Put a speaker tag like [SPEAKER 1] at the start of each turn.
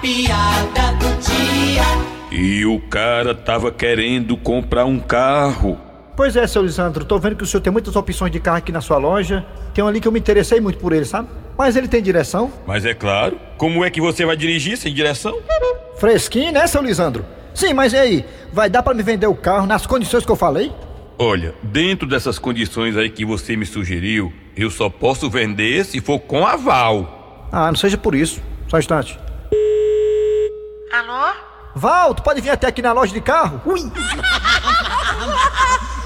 [SPEAKER 1] piada do dia.
[SPEAKER 2] E o cara tava querendo comprar um carro.
[SPEAKER 3] Pois é, seu Lisandro, tô vendo que o senhor tem muitas opções de carro aqui na sua loja. Tem um ali que eu me interessei muito por ele, sabe? Mas ele tem direção.
[SPEAKER 2] Mas é claro, como é que você vai dirigir sem direção?
[SPEAKER 3] Fresquinho, né, seu Lisandro? Sim, mas e aí? Vai dar pra me vender o carro nas condições que eu falei?
[SPEAKER 2] Olha, dentro dessas condições aí que você me sugeriu, eu só posso vender se for com aval.
[SPEAKER 3] Ah, não seja por isso. Só um instante.
[SPEAKER 4] Alô?
[SPEAKER 3] Val, tu pode vir até aqui na loja de carro? Ui!